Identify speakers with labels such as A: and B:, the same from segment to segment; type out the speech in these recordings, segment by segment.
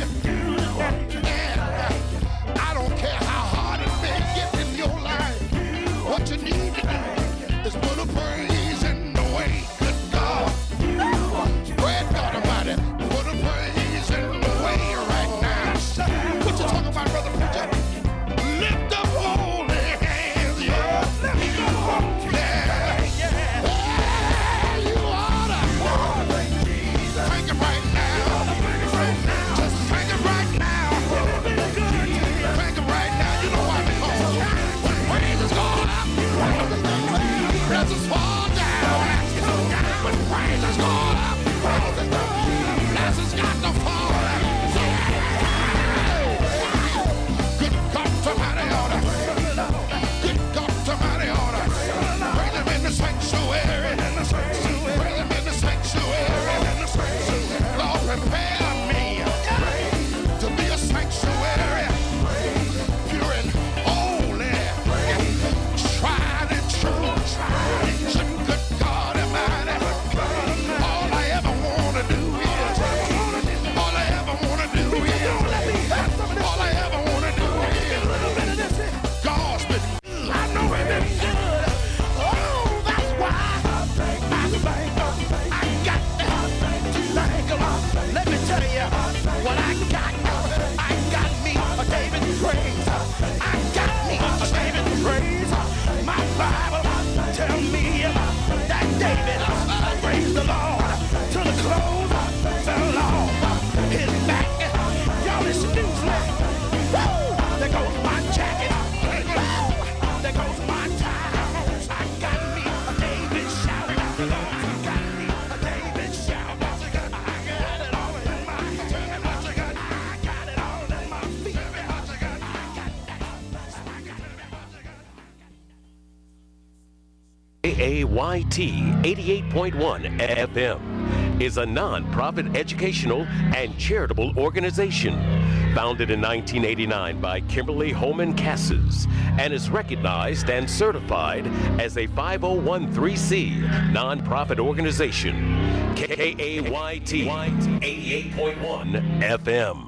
A: oh, Oh, Oh, oh, sanctuary, pure and holy, tried and true. He's a good God Almighty. All I ever wanna do is, all I ever wanna do is, all I ever wanna do is, God's been good. I know He's been good. Oh, that's why I thank Him. I got to thank Him. Let me tell you what I got. I got me a David praise. I got me a David praise. My Bible tell me that David praised the Lord till the clothes fell off his back. Y'all this newsflash. Woo! There goes my jacket. Woo! There goes my tie. I got me a David shout. I got me a David shout. I got it all in my hand. I got it all in my feet. I got
B: AAYT 88.1 FM is a non-profit educational and charitable organization founded in 1989 by Kimberly Holman Cassis and is recognized and certified as a 5013C nonprofit organization. KAYT 88.1 FM.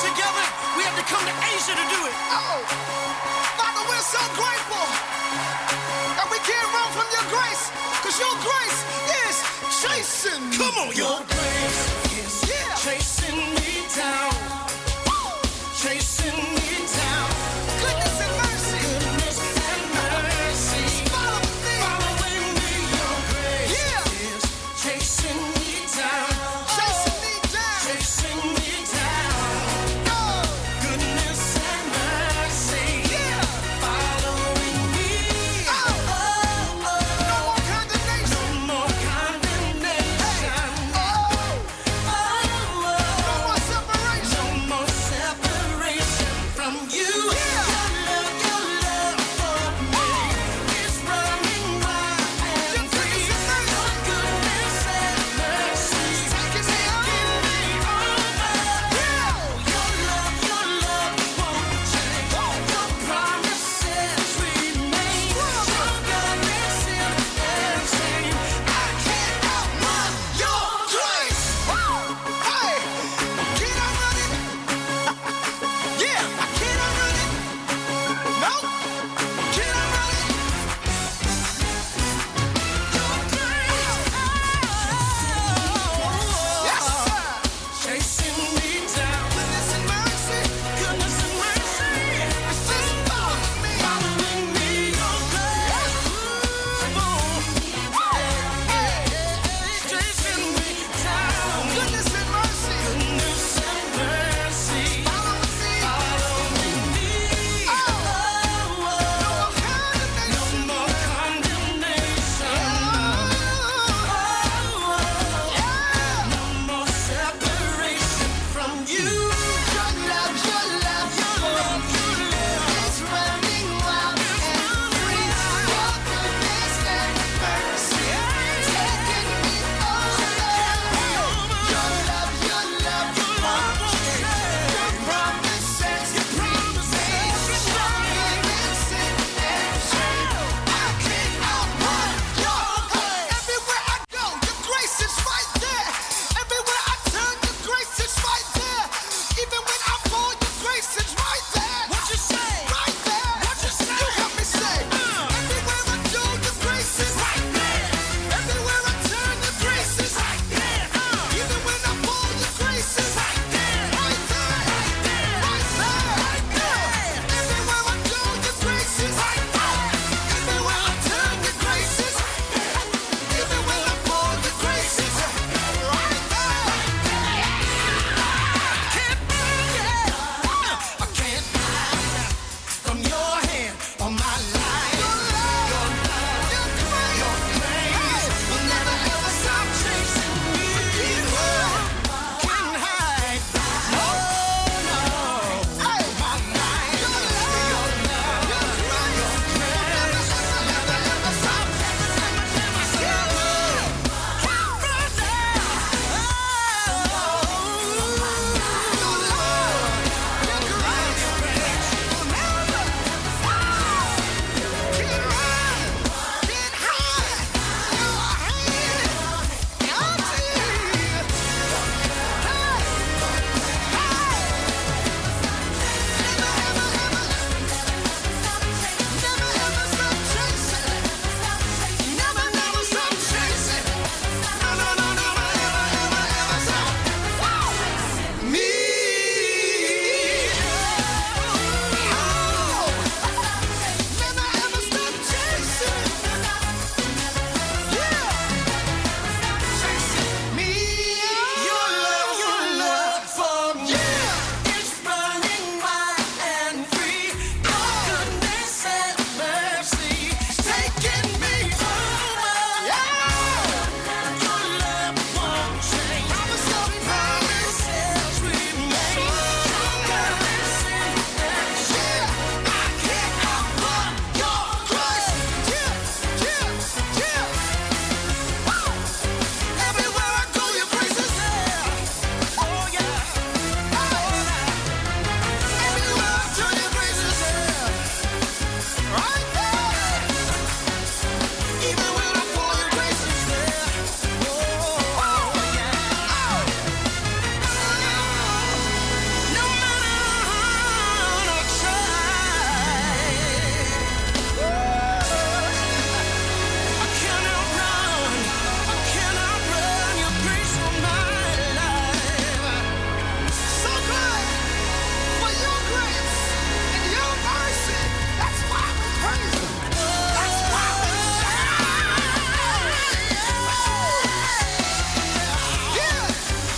C: Mother Asia to do it.
D: Oh, Father, we're so grateful that we can't run from your grace, because your grace is chasing.
C: Come on, y'all.
D: Oh, Oh, Oh,